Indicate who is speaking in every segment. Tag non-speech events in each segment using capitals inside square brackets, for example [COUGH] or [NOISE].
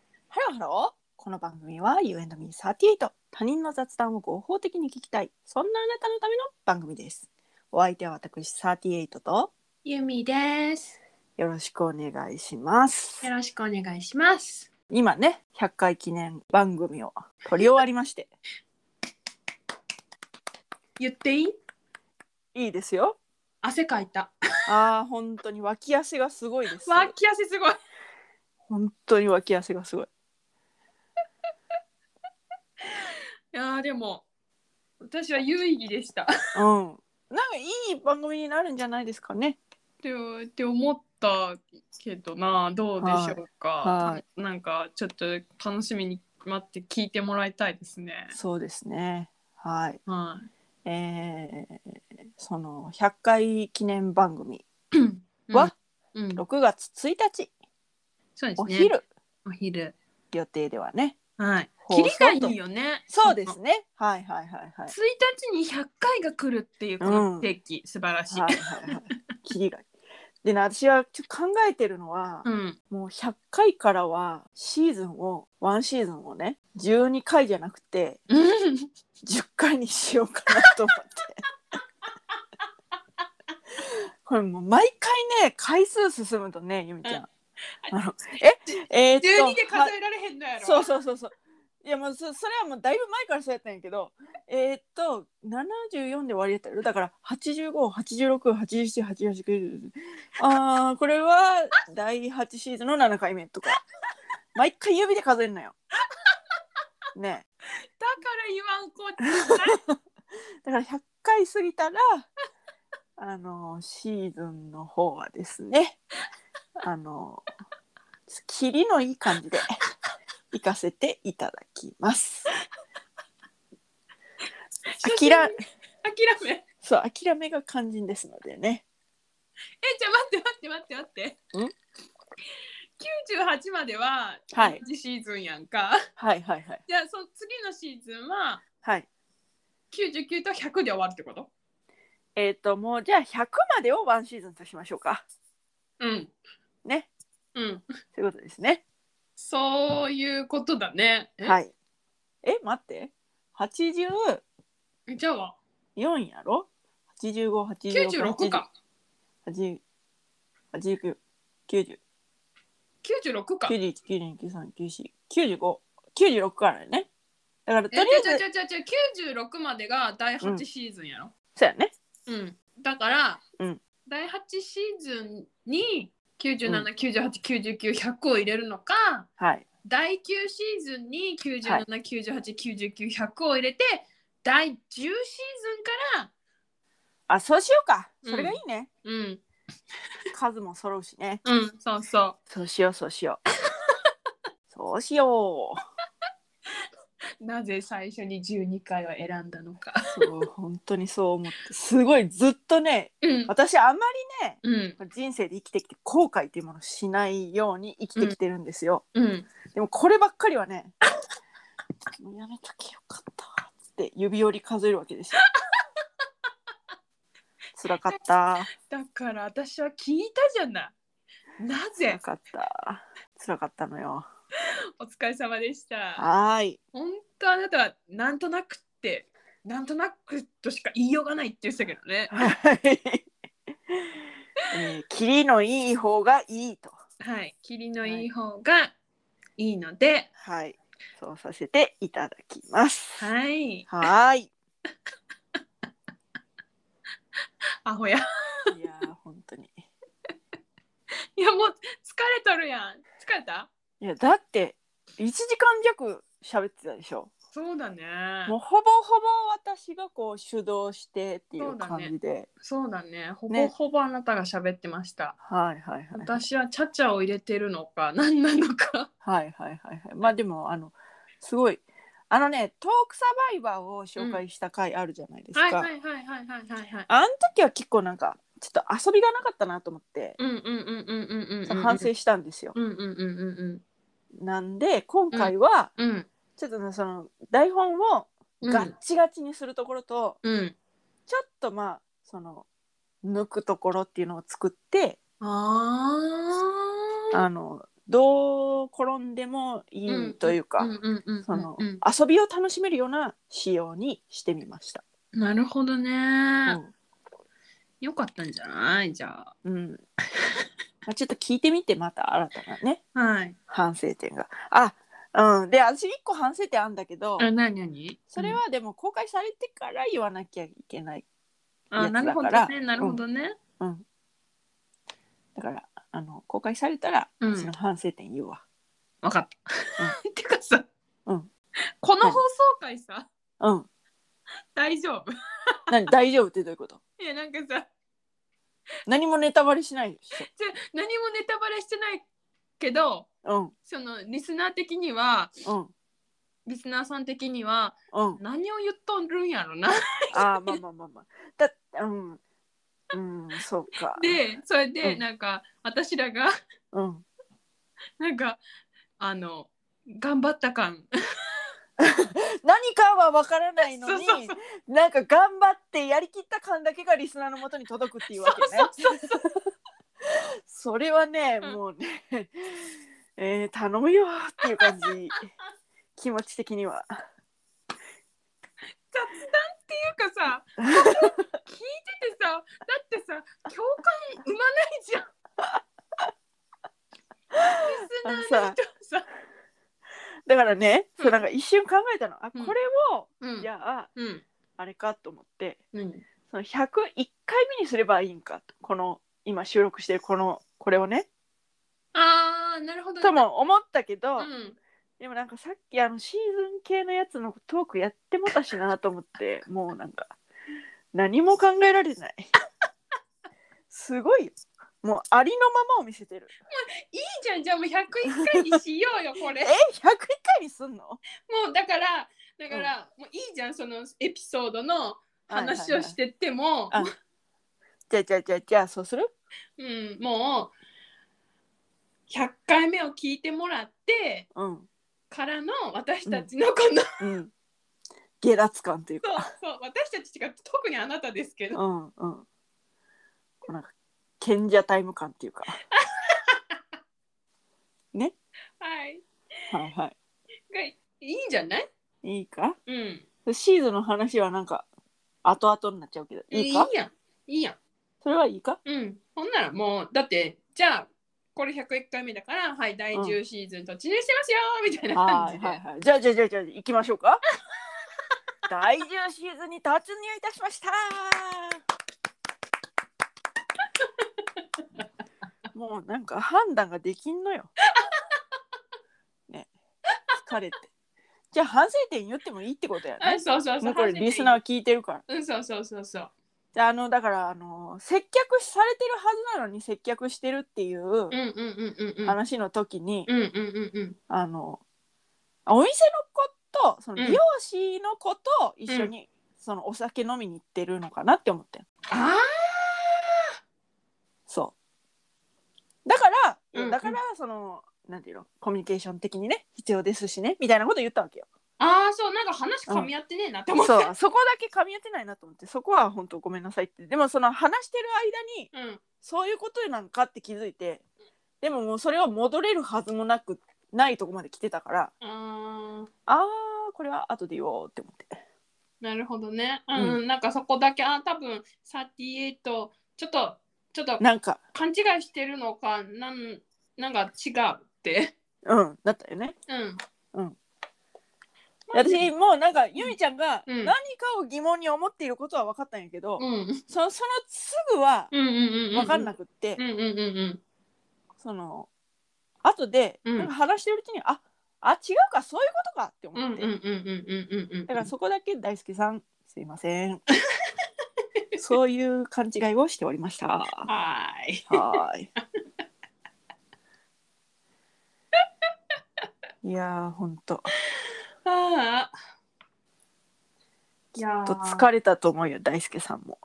Speaker 1: ロハローこの番組は You and me38 他人の雑談を合法的に聞きたいそんなあなたのための番組ですお相手は私38と
Speaker 2: ゆみです。
Speaker 1: よろしくお願いします
Speaker 2: よろしくお願いします。
Speaker 1: 今ね100回記念番組を撮り終わりまして
Speaker 2: 言っていい
Speaker 1: いいですよ
Speaker 2: 汗かいた。
Speaker 1: あー本当に脇汗がすごいです
Speaker 2: 脇汗すごい。
Speaker 1: 本当に脇汗がすごい
Speaker 2: いやーでも、私は有意義でした。
Speaker 1: うんなんかいい番組になるんじゃないですかね
Speaker 2: って [LAUGHS] って思ったけどな、どうでしょうか。
Speaker 1: はいは
Speaker 2: たなんかちょっと楽しみに待って聞いてもらいたいですね。
Speaker 1: そうですねはい
Speaker 2: は
Speaker 1: えーその100回記念番組
Speaker 2: い。
Speaker 1: は
Speaker 2: うん、うん、
Speaker 1: 6月1日
Speaker 2: そうです
Speaker 1: お
Speaker 2: ね。
Speaker 1: 昼、。
Speaker 2: お昼。
Speaker 1: 予定ではね
Speaker 2: はい。
Speaker 1: 放
Speaker 2: キ
Speaker 1: 送
Speaker 2: リ
Speaker 1: と
Speaker 2: がいいよね。
Speaker 1: そうですねはいはいはいはい
Speaker 2: 一日に100回が来るっていうこの定期、素晴らしい。
Speaker 1: はいはいはい切りがいいでね私はちょっと考えてるのは、
Speaker 2: うん。
Speaker 1: もう100回からはシーズンをワンシーズンをね12回じゃなくて
Speaker 2: うん。
Speaker 1: 10回にしようかなと思
Speaker 2: [LAUGHS]
Speaker 1: って。これもう毎回ね回数進むとねゆみちゃん。あのええーっと
Speaker 2: 12で数えられへんのやろ。
Speaker 1: そうそうそうそう。いやもうそそれはもうだいぶ前からそうやったんやけどえーっと74で終わりやったよだから85868788あーこれは第8シーズンの7回目とか毎回指で数えるのよ。ね
Speaker 2: だから言わんこっちゃない。
Speaker 1: えだから100回過ぎたらあのシーズンの方はですねあの切りのいい感じで行かせていただきます。
Speaker 2: 初心
Speaker 1: 諦
Speaker 2: 諦め。え、
Speaker 1: そう諦めが肝心ですのでね
Speaker 2: じゃあ待って待って待って待って。ん ?98 までは
Speaker 1: はい
Speaker 2: 同じシーズンやんか。
Speaker 1: はいはいはい
Speaker 2: じゃあその次のシーズンは
Speaker 1: はい
Speaker 2: 99と100で終わるってこと
Speaker 1: えっ、ともうじゃあ100までをワンシーズンとしましょうか
Speaker 2: うん。
Speaker 1: ね
Speaker 2: うん。
Speaker 1: そういうことですね
Speaker 2: そういうことだね。。
Speaker 1: はいいえ待って84
Speaker 2: じゃあは
Speaker 1: やろ
Speaker 2: 96
Speaker 1: 8586
Speaker 2: か。
Speaker 1: 8 8 9
Speaker 2: 96か。
Speaker 1: 9 1 9 2 9 3 9 4 9 5 9 6からやねだからと
Speaker 2: え
Speaker 1: りあ
Speaker 2: じゃ
Speaker 1: えず
Speaker 2: あじゃあじゃあじゃあ96までが第
Speaker 1: うん
Speaker 2: 8シーズンやろ。
Speaker 1: そうやね
Speaker 2: うん、だから、
Speaker 1: うん
Speaker 2: 第8シーズンに97989900を入れるのか
Speaker 1: はい
Speaker 2: 第9シーズンに
Speaker 1: はい
Speaker 2: 97989900を入れて、第10シーズンから、
Speaker 1: あそうしようかそれがいいね、
Speaker 2: うん、
Speaker 1: 数も揃うしね
Speaker 2: うん、そうそ
Speaker 1: そうしようそうし
Speaker 2: [LAUGHS]
Speaker 1: ようそうしよう
Speaker 2: う。なぜ最初に12回は選んだのか。
Speaker 1: そう本当にそう思ってすごいずっとね
Speaker 2: うん、
Speaker 1: 私あんま
Speaker 2: うん、
Speaker 1: り人生で生きてきて後悔っていうものをしないように生きてきてるんですよ、
Speaker 2: うん。
Speaker 1: でもこればっかりはねもうやめとけよかったっつって指折り数えるわけです
Speaker 2: [LAUGHS]
Speaker 1: よつらかった
Speaker 2: だから私は聞いたじゃない。な
Speaker 1: つら
Speaker 2: ぜ
Speaker 1: かったつらかったのよ
Speaker 2: お疲れ様でした。
Speaker 1: はーい [LAUGHS]
Speaker 2: 本当あなたはなんとなくってなんとなくとしか言いようがないって言ってたけどね。
Speaker 1: はい、えー、キリのいい方がいいと
Speaker 2: はい、霧のいい方がいいので、
Speaker 1: はいそうさせていただきます
Speaker 2: はい、
Speaker 1: はーい
Speaker 2: アホや。 [LAUGHS]
Speaker 1: いやー本当に。
Speaker 2: いやもう疲れとるやん。疲れた？
Speaker 1: いやだって1時間弱喋ってたでしょ。
Speaker 2: そうだね。
Speaker 1: もうほぼほぼ私がこう主導してってい
Speaker 2: そううだ
Speaker 1: 感
Speaker 2: ね
Speaker 1: じで、
Speaker 2: そうだね。ほぼ
Speaker 1: ね
Speaker 2: ほぼあなたが喋ってました。
Speaker 1: はいはいはいはい
Speaker 2: 私はチャチャを入れてるのか何なのか。
Speaker 1: はいはいはいはいまあでもあのすごいあのねトークサバイバーを紹介した回あるじゃないですか。
Speaker 2: はいはいはいはいはいはいはい。
Speaker 1: あの時は結構なんかちょっと遊びがなかったなと思って、
Speaker 2: うんうんうんうんうんうんうんうん。
Speaker 1: 反省。したんですよ。
Speaker 2: うんうんうんうん
Speaker 1: なんで今回は
Speaker 2: うん。うん
Speaker 1: ちょっとねその台本を
Speaker 2: うん。
Speaker 1: ガッチガチにするところと、
Speaker 2: うん。
Speaker 1: ちょっとまあその抜くところっていうのを作って
Speaker 2: ああ。
Speaker 1: あのどう転んでもいいというか、
Speaker 2: うんうんうんうん
Speaker 1: その、
Speaker 2: うん
Speaker 1: 遊びを楽しめるような仕様にしてみました。
Speaker 2: なるほどね、
Speaker 1: うん
Speaker 2: よかったんじゃないじゃあ
Speaker 1: うん。まあちょっと聞いてみてまた新たなね
Speaker 2: はい
Speaker 1: 反省点が。あ、うん。で私一個反省点あんだけど、
Speaker 2: あなになに
Speaker 1: それ、はでも公開されてから言わなきゃいけない。
Speaker 2: うんあ
Speaker 1: やつだ
Speaker 2: なるほど
Speaker 1: から
Speaker 2: ねなるほどね、
Speaker 1: うん。だからあの公開されたら
Speaker 2: うん
Speaker 1: 私の反省点言うわ。
Speaker 2: わか [LAUGHS] った、てかさ、
Speaker 1: うん
Speaker 2: この放送回さ
Speaker 1: うん。
Speaker 2: 大丈夫 [LAUGHS]
Speaker 1: 何大丈夫ってどういうこと？
Speaker 2: いやなんかさ
Speaker 1: 何もネタバレしないでし
Speaker 2: じゃ何もネタバレしてないけど
Speaker 1: ょ。
Speaker 2: そのリスナー的には
Speaker 1: うんうん
Speaker 2: リスナーさん的には
Speaker 1: うん。
Speaker 2: 何を言っとるんやろな [LAUGHS]
Speaker 1: あーまあまあまあまあ。だうんうんそうか。
Speaker 2: でそれで
Speaker 1: うん
Speaker 2: なんか、私らが
Speaker 1: うん。
Speaker 2: なんかあの頑張った感
Speaker 1: 何かは分からないのに
Speaker 2: そうそうそ
Speaker 1: なんか頑張ってやりきった感だけがリスナーのもとに届くっていうわけね。それはね、
Speaker 2: うん
Speaker 1: もうね、 [LAUGHS] えー頼むよっていう感じ気持ち的には。
Speaker 2: 雑談っていうかさ聞いててさだってさ共感生まないじゃん。
Speaker 1: あの
Speaker 2: リスナーの
Speaker 1: さ
Speaker 2: 人さ、
Speaker 1: だからね、
Speaker 2: うん
Speaker 1: そうなんか一瞬考えたのあこ
Speaker 2: うん
Speaker 1: れを、
Speaker 2: うん
Speaker 1: じゃあ
Speaker 2: うん、
Speaker 1: あれかと思って
Speaker 2: 何
Speaker 1: その101回目にすればいいんかとこの今収録してるこのこれをね
Speaker 2: あーなるほど、
Speaker 1: とも思ったけど、
Speaker 2: うん、
Speaker 1: でもなんかさっきあのシーズン系のやつのトークやってもたしなと思ってもうなんか何も考えられないすごいよもうありのままを見せてる
Speaker 2: いいじゃんじゃあもう101回にしようよこ
Speaker 1: え
Speaker 2: れ
Speaker 1: 101回にすんの
Speaker 2: もうだからだから、もういいじゃんそのエピソードの話をしてっても、
Speaker 1: はいはいはいじゃあじゃあじゃあじゃあそうする
Speaker 2: うん、もう100回目を聞いてもらって
Speaker 1: うん
Speaker 2: からの私たちのこの、
Speaker 1: うん下脱感という
Speaker 2: そう
Speaker 1: か
Speaker 2: そう私たちっていうか特にあなたですけど、
Speaker 1: うんうんこうなんか賢者タイム感っていうか
Speaker 2: はい
Speaker 1: はいは
Speaker 2: がいいんじゃない
Speaker 1: いいいか
Speaker 2: うん
Speaker 1: シーズンの話はなんか後々になっちゃうけどいいか
Speaker 2: やんいいやん
Speaker 1: それはいいか
Speaker 2: うんほんならもうだってじゃあこれ101回目だからはい第10シーズン突入してますよーみたいな感
Speaker 1: は
Speaker 2: じ
Speaker 1: い
Speaker 2: で、
Speaker 1: はいはい。じゃあじゃあじゃあじゃあ行きましょう
Speaker 2: [LAUGHS]
Speaker 1: か。第10シーズンに突入いたしま
Speaker 2: [LAUGHS]
Speaker 1: した。もうなんか判断ができんのよ。ね。疲れて。じゃあ反省点言ってもいいってことや
Speaker 2: あ
Speaker 1: ね。
Speaker 2: そうそうそ
Speaker 1: も
Speaker 2: う
Speaker 1: うこれリスナーは聞いてるから。
Speaker 2: うんそうそうそうそう
Speaker 1: であのだからあの接客されてるはずなのに接客してるっていう
Speaker 2: うんうんうんうんうん
Speaker 1: 話の時に、
Speaker 2: うんうんうんうん
Speaker 1: あのお店の子とその
Speaker 2: うん
Speaker 1: 美容師の子と一緒に、そのお酒飲みに行ってるのかなって思って
Speaker 2: あ
Speaker 1: そうだから、
Speaker 2: うんうん
Speaker 1: だからそのなんていうのコミュニケーション的にね必要ですしねみたいなこと言ったわけよ
Speaker 2: ああそうなんか話噛み合ってねえなって思った、
Speaker 1: そうそこだけ噛み合ってないなと思ってそこは本当ごめんなさいってでもその話してる間に
Speaker 2: うん、
Speaker 1: そういうことなんかって気づいてでももうそれは戻れるはずもなくないとこまで来てたから
Speaker 2: あー
Speaker 1: あーこれは後で言おうって思って
Speaker 2: なるほどねうん、
Speaker 1: う
Speaker 2: なんかそこだけあー多分38ちょっとちょっと
Speaker 1: なんか
Speaker 2: 勘違いしてるのかなんなんか違うって
Speaker 1: うんだったよね
Speaker 2: う
Speaker 1: う
Speaker 2: ん
Speaker 1: ん
Speaker 2: まあ
Speaker 1: 私もうなんかゆみちゃんが
Speaker 2: う
Speaker 1: 何
Speaker 2: ん
Speaker 1: かを疑問に思っていることは分かったんやけど、
Speaker 2: うんうん
Speaker 1: そのそのすぐは
Speaker 2: うんうんうん
Speaker 1: 分かんなくって、
Speaker 2: うんうんうんうん
Speaker 1: その後で
Speaker 2: うん
Speaker 1: なんか話してるうちに、ああ違うかそういうことかって
Speaker 2: うんう
Speaker 1: 思
Speaker 2: ん
Speaker 1: って、
Speaker 2: うんうんうんうんうん
Speaker 1: だからそこだけ大輔さんすいません [LAUGHS] そういう勘違いをしておりましたは
Speaker 2: はーい
Speaker 1: ー
Speaker 2: [LAUGHS]
Speaker 1: いいやーほんと
Speaker 2: あーいや
Speaker 1: ちょっと
Speaker 2: ー
Speaker 1: 疲れたと思うよ大輔さんも。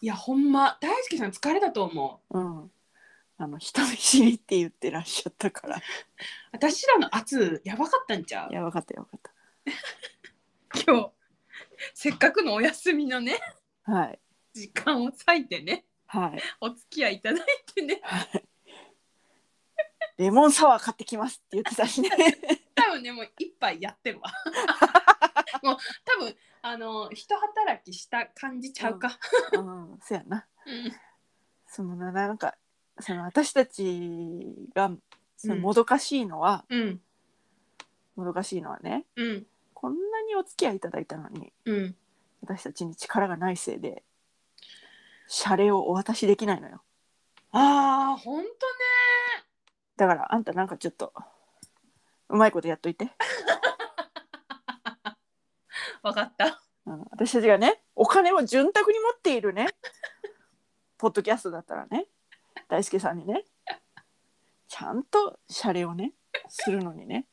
Speaker 2: いやほんま大輔さん疲れたと思う
Speaker 1: うん、あの人見知りって言ってらっしゃったから。
Speaker 2: 私らの圧やばかったんちゃう
Speaker 1: [LAUGHS] いや、分かったよ、分かっ
Speaker 2: 今日せっかくのお休みのね
Speaker 1: た。はい。
Speaker 2: 時間を割いてね
Speaker 1: はい。
Speaker 2: お付き合いいただいてね
Speaker 1: [LAUGHS] レモンサワー買ってきますって言ってたしね。
Speaker 2: 多分ねもう一杯やってる [LAUGHS] わもう多分あの一働きした感じちゃうか、
Speaker 1: [LAUGHS] うん、そやな。
Speaker 2: うん
Speaker 1: そのな、なんか、その私たちが、その
Speaker 2: うん
Speaker 1: もどかしいのは、
Speaker 2: うん
Speaker 1: もどかしいのはね、
Speaker 2: うん
Speaker 1: こんなにお付き合いいただいたのに、
Speaker 2: うん
Speaker 1: 私たちに力がないせいで、謝礼をお渡しできないのよ。
Speaker 2: ああほんとね
Speaker 1: だから、あんたなんかちょっと、うまいことやっといて。
Speaker 2: わかった
Speaker 1: うん、私たちがねお金を潤沢に持っているね [LAUGHS] ポッドキャストだったらね大輔さんにねちゃんと謝礼をねするのにね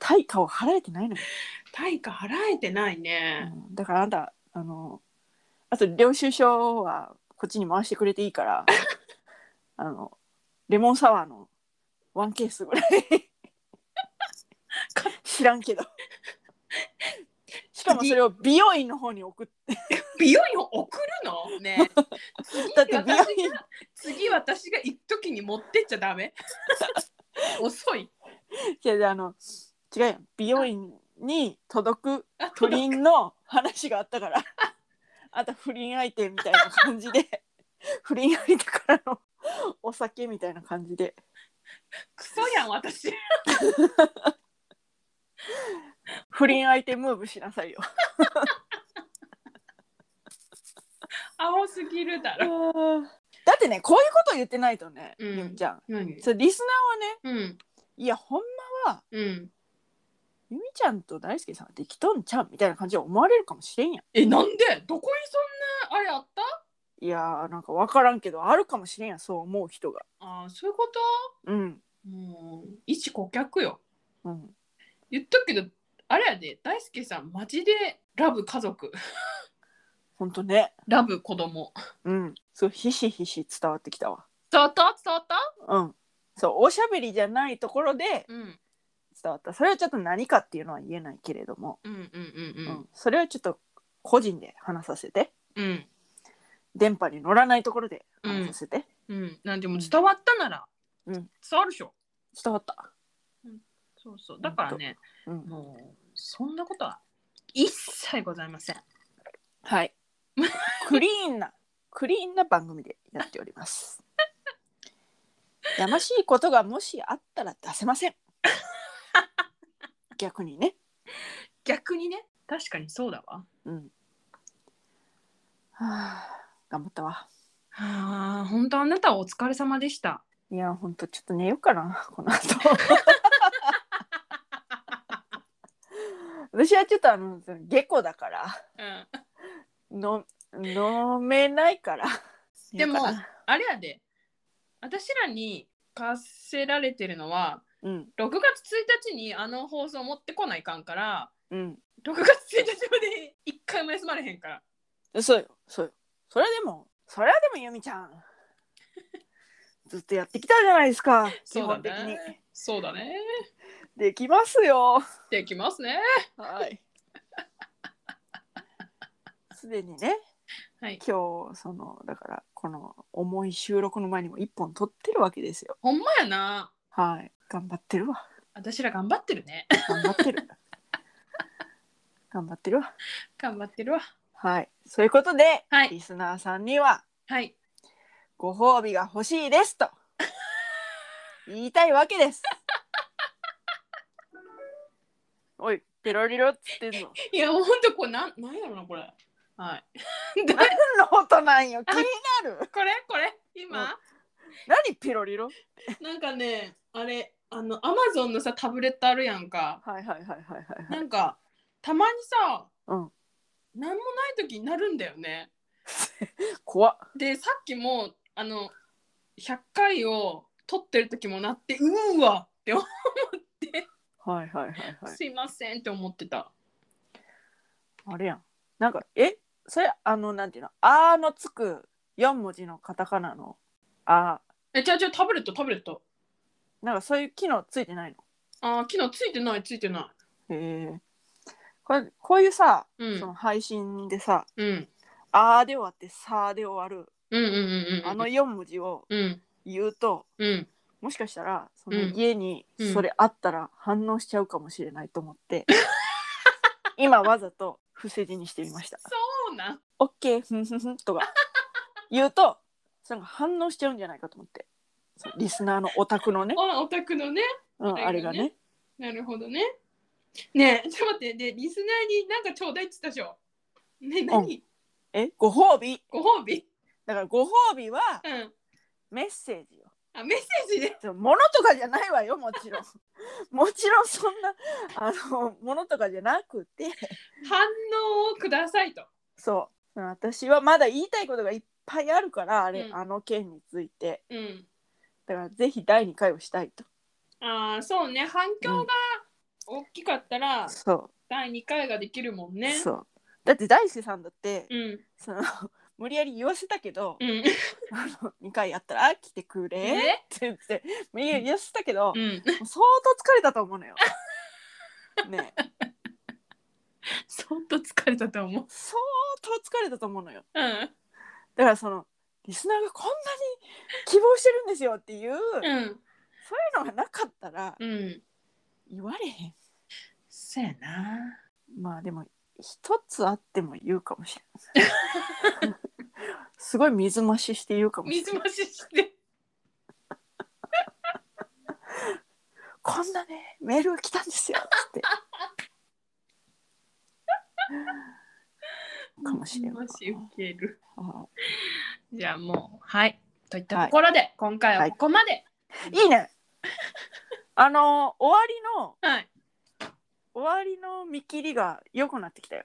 Speaker 1: 対価を払えてないのよ、
Speaker 2: 対価払えてないね
Speaker 1: うんだからあんたあのあと領収書はこっちに回してくれていいから [LAUGHS] あのレモンサワーのワンケースぐらい知らんけどしかもそれを美容院の方に送って
Speaker 2: 美容院を送るのねえ
Speaker 1: だって美容
Speaker 2: 私
Speaker 1: 院
Speaker 2: が次私が行く時に持ってっちゃダ [LAUGHS] メ遅い
Speaker 1: いやいやあの違うよ美容院に届く
Speaker 2: あ
Speaker 1: 不倫の話があったからあと不倫相手みたいな感じで不倫相手からのお酒みたいな感じで
Speaker 2: クソやん私
Speaker 1: 不倫相手ムーブしなさいよ
Speaker 2: 青すぎるだ
Speaker 1: だ
Speaker 2: ろ
Speaker 1: ってねこういうこと言ってないとね、
Speaker 2: う
Speaker 1: うんん、ちゃん
Speaker 2: 何
Speaker 1: そうリスナーはね
Speaker 2: うん
Speaker 1: いやほんま
Speaker 2: うん
Speaker 1: ゆみちゃんと大輔さんはできとんちゃんみたいな感じで思われるかもしれんやん
Speaker 2: えなんでどこにそんなあれあった
Speaker 1: いやーなんか分からんけどあるかもしれんやんそう思う人が
Speaker 2: あーそういうこと
Speaker 1: うん
Speaker 2: もう一顧客よ
Speaker 1: うん
Speaker 2: 言っとくけどあれやで大輔さんマジでラブ家族
Speaker 1: 本当ね
Speaker 2: ラブ子供
Speaker 1: うんそうひしひし伝わってきたわ
Speaker 2: 伝わった伝わった
Speaker 1: うんそうおしゃべりじゃないところで
Speaker 2: うん
Speaker 1: 伝わったそれはちょっと何かっていうのは言えないけれども、
Speaker 2: うんうんう
Speaker 1: うん
Speaker 2: うん
Speaker 1: それはちょっと個人で話させて
Speaker 2: うん
Speaker 1: 電波に乗らないところで話させて、
Speaker 2: うんなんでも伝わったなら、
Speaker 1: うん
Speaker 2: 伝わるでしょ
Speaker 1: 伝わった
Speaker 2: そうそうだからね
Speaker 1: うん
Speaker 2: もうそんなことは一切ございません
Speaker 1: はいクリーンなクリーンな番組でやっておりますやましいことがもしあったら出せませ [LAUGHS] ん逆にね
Speaker 2: 逆にね確かにそうだわ
Speaker 1: うんはあ頑張ったわ
Speaker 2: あ本当あなたはお疲れ様でした
Speaker 1: いやほんとちょっと寝ようかな [LAUGHS] この後私はちょっとあのその下戸だから
Speaker 2: うん
Speaker 1: の飲めないから
Speaker 2: でも
Speaker 1: 寝ようかな
Speaker 2: あれやで私らに課せられてるのは
Speaker 1: うん
Speaker 2: 6月1日にあの放送持ってこないかんから
Speaker 1: うん
Speaker 2: 6月1日まで一回も休まれへんから
Speaker 1: そうよそうよそれでもそれはでも由美ちゃんずっとやってきたじゃないですか基本的に、
Speaker 2: そうだね
Speaker 1: できますよ
Speaker 2: できますね
Speaker 1: はい [LAUGHS] すでにね
Speaker 2: はい
Speaker 1: 今日そのだからこの重い収録の前にも一本撮ってるわけですよ
Speaker 2: ほんまやな
Speaker 1: はい頑張ってるわ [LAUGHS]
Speaker 2: 私ら頑張ってるね [LAUGHS]
Speaker 1: 頑張ってる頑張ってるわ
Speaker 2: 頑張ってるわ
Speaker 1: はいそういうことで、
Speaker 2: はい
Speaker 1: リスナーさんには
Speaker 2: はい
Speaker 1: ご褒美が欲しいです [LAUGHS] と言いたいわけです [LAUGHS] おいペロリロっつってんの
Speaker 2: いやもうほんとこれなんなんやろなこれはい
Speaker 1: 何の音なんよ気になる
Speaker 2: これこれ今、
Speaker 1: 何ペロリロ
Speaker 2: なんかねあれあのアマゾンのさタブレットあるやんか
Speaker 1: はいはいはいはいはいは
Speaker 2: な
Speaker 1: い
Speaker 2: んかたまにさ、
Speaker 1: うん
Speaker 2: なんもない時になるんだよね
Speaker 1: 怖っ
Speaker 2: でさっきもあの100回を撮ってる時もなってうーわって思
Speaker 1: はいはいはいはい
Speaker 2: すいませんって思ってた
Speaker 1: あれやん。なんか、え、それ、あの、なんていうの、あーのつく四文字のカタカナの。あ
Speaker 2: えじゃあじゃあタブレットタブレット
Speaker 1: ー、なんか、そういう機能ついてない
Speaker 2: ああ機能ついてないついてな
Speaker 1: の。へえ。これ、こういうさ、
Speaker 2: い、うん、
Speaker 1: その配信でさ、
Speaker 2: うん
Speaker 1: あーで終わって、さーで終わる。
Speaker 2: うんうんうんうん
Speaker 1: あの四文字を
Speaker 2: うん
Speaker 1: 言うと、
Speaker 2: うん
Speaker 1: もしかしたらその
Speaker 2: うん
Speaker 1: 家に
Speaker 2: うん
Speaker 1: それあったら反応しちゃうかもしれないと思
Speaker 2: [LAUGHS]
Speaker 1: って、今わざと伏せ字にしてみました
Speaker 2: そうなん
Speaker 1: 「OK ふんふんふん」とか言うとその反応しちゃうんじゃないかと思ってそのリスナーのお宅のね、
Speaker 2: あお宅のね
Speaker 1: うん、あれがね
Speaker 2: なるほどねねえちょっと待ってでリスナーになんかちょうだいって言ったでしょね何、
Speaker 1: えご褒美
Speaker 2: ご褒美
Speaker 1: だからご褒美は
Speaker 2: うん
Speaker 1: メッセージよ
Speaker 2: あメッセージで
Speaker 1: その物とかじゃないわよもちろん [LAUGHS] もちろんそんなあの物とかじゃなくて
Speaker 2: 反応をくださいと
Speaker 1: そう私はまだ言いたいことがいっぱいあるからあれ、
Speaker 2: うん
Speaker 1: あの件について
Speaker 2: うん
Speaker 1: だからぜひ第2回をしたいと
Speaker 2: ああそうね反響が大きかったら、
Speaker 1: そ
Speaker 2: 第2回ができるもん
Speaker 1: う,、
Speaker 2: ね
Speaker 1: そうだって大輔さんだって、
Speaker 2: うん
Speaker 1: その無理やり言わせたけど、
Speaker 2: うん
Speaker 1: あの2回やったら来てくれって
Speaker 2: え
Speaker 1: 言って無理やり言わせたけど、
Speaker 2: う
Speaker 1: も
Speaker 2: ん
Speaker 1: う相当疲れたと思うのよねえ
Speaker 2: 相当疲れたと思う
Speaker 1: 相当疲れたと思うのよ
Speaker 2: うん
Speaker 1: だからそのリスナーがこんなに希望してるんですよっていう、そういう
Speaker 2: うん
Speaker 1: のがなかったら
Speaker 2: うん
Speaker 1: 言われへん
Speaker 2: そやな
Speaker 1: まあでも一つあっても言うかもしれ
Speaker 2: [LAUGHS]
Speaker 1: ないすごい水増しして言うかもしれ
Speaker 2: 水
Speaker 1: ない
Speaker 2: 増しして
Speaker 1: こんなねメールが来たんですよっつってかもしれない
Speaker 2: 水増し受ける
Speaker 1: あ
Speaker 2: じゃあもうはいといったところで、今回はここまで
Speaker 1: いいねあの終わりの
Speaker 2: はい、
Speaker 1: 終わりの見切りが良くなってきたよ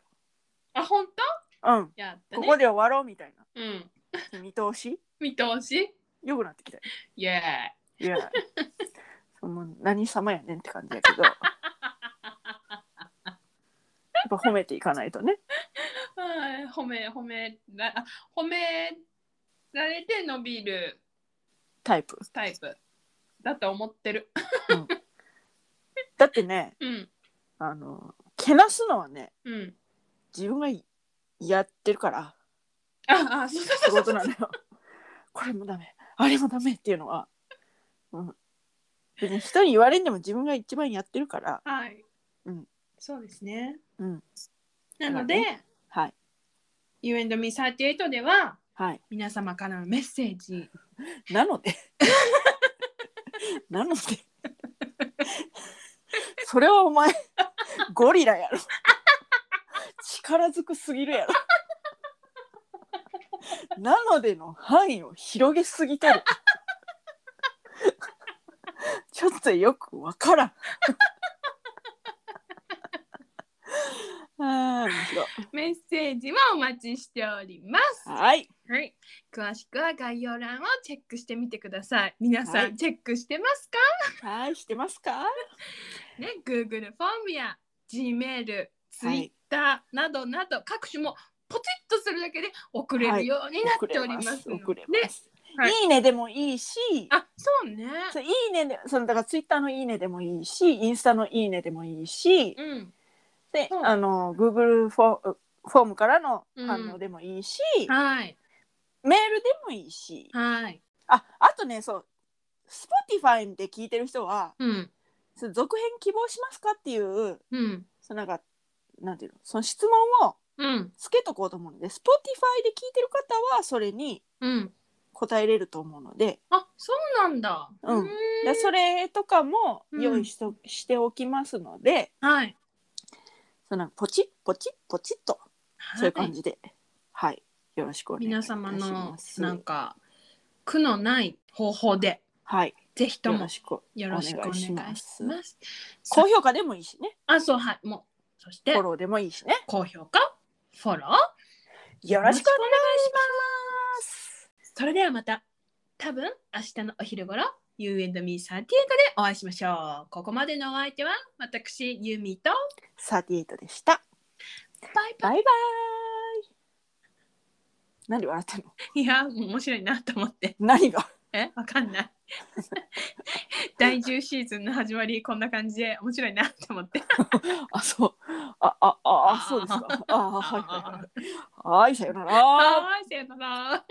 Speaker 2: あ本当
Speaker 1: うん
Speaker 2: やった
Speaker 1: こ
Speaker 2: ね
Speaker 1: こで終わろうみたいな
Speaker 2: うん
Speaker 1: 見通し
Speaker 2: 見通し
Speaker 1: 良くなってきたよ
Speaker 2: イエ
Speaker 1: いやその何様やねんって感じやけどやっぱ褒めていかないとね
Speaker 2: ーイはい褒め褒めらあ褒められて伸びる
Speaker 1: タイプ
Speaker 2: タイプだと思ってる
Speaker 1: だってね
Speaker 2: うん
Speaker 1: あのけなすのはね
Speaker 2: うん
Speaker 1: 自分がやってるから
Speaker 2: ああそうそう
Speaker 1: 仕
Speaker 2: そう
Speaker 1: 事なのよ [LAUGHS] これもダメあれもダメっていうのは、うん、別に人に言われんでも自分が一番やってるから
Speaker 2: はい、
Speaker 1: うん、
Speaker 2: そうですね
Speaker 1: うん
Speaker 2: なので、
Speaker 1: だはい
Speaker 2: You and me38 では
Speaker 1: はい
Speaker 2: 皆様からのメッセージ
Speaker 1: なのでなのでそれはお前ゴリラやろ力ずくすぎるやろなのでの範囲を広げすぎてるちょっとよくわからんあー面白い
Speaker 2: メッセージはお待ちしております
Speaker 1: はい
Speaker 2: はい、詳しくは概要欄をチェックしてみてください。皆さん、
Speaker 1: はい
Speaker 2: チェックしてますか
Speaker 1: はいしてますか
Speaker 2: ね、Google フォームや Gmail、
Speaker 1: はい
Speaker 2: Twitter などなど、各種もポチッとするだけで送れるようになっておりますので、
Speaker 1: 遅れます、
Speaker 2: はい
Speaker 1: いいねでもいいし
Speaker 2: あ、そうね。 [LAUGHS]
Speaker 1: そういいねでそのだからツイッターのいいねでもいいしインスタのいいねでもいいし
Speaker 2: うん、
Speaker 1: で、
Speaker 2: うん
Speaker 1: あの Google フォーフォームからの
Speaker 2: うん
Speaker 1: 反応でもいいし、
Speaker 2: はい、
Speaker 1: メールでもいいし
Speaker 2: はい、
Speaker 1: ああとねそう Spotify で聞いてる人は
Speaker 2: うん、
Speaker 1: その続編希望しますかっていう
Speaker 2: うん、
Speaker 1: そのなんかなんていうのその質問を
Speaker 2: うん、
Speaker 1: つけとこうと思うので Spotify で聞いてる方はそれに
Speaker 2: うん。
Speaker 1: 答えれると思うので
Speaker 2: あ、そうなんだ。
Speaker 1: うん
Speaker 2: ー
Speaker 1: でそれとかも
Speaker 2: うん
Speaker 1: 用意しと、しておきますので
Speaker 2: はい、
Speaker 1: そのポチッポチッポチッと。そういう
Speaker 2: は
Speaker 1: 感じで、はい、よろしくお願いいた
Speaker 2: 皆
Speaker 1: しま
Speaker 2: 様
Speaker 1: す。
Speaker 2: のなんか苦のない方法で、
Speaker 1: はい、
Speaker 2: ぜひと
Speaker 1: よ
Speaker 2: も
Speaker 1: ろしく。
Speaker 2: よろしくお願いし
Speaker 1: お願い
Speaker 2: ま
Speaker 1: し
Speaker 2: す。
Speaker 1: ま高評価でもいいしね、
Speaker 2: あ、そう、はい、もう、そし
Speaker 1: フ
Speaker 2: て
Speaker 1: ォ、ローでもいいしね。
Speaker 2: 高評価、フォロー、
Speaker 1: よろしくお願いします。
Speaker 2: す。それではまた、多分明日のお昼頃、You and me38 でお会いしましょう。ここまでのお相手は、私、ユーミーと、
Speaker 1: サティエイトでした。
Speaker 2: バイバ
Speaker 1: バイバイ。何で笑ってんの？
Speaker 2: イ。いや、面白いなと思って。
Speaker 1: 何
Speaker 2: [LAUGHS]
Speaker 1: が？
Speaker 2: え、わかんない。第10シーズンの始まり、こんな感じで面白いなと思って。
Speaker 1: あ、そう。あ、あ、あ、あそうですか。あ、はい、はい、はい。はい、さよなら。
Speaker 2: はい、さよなら。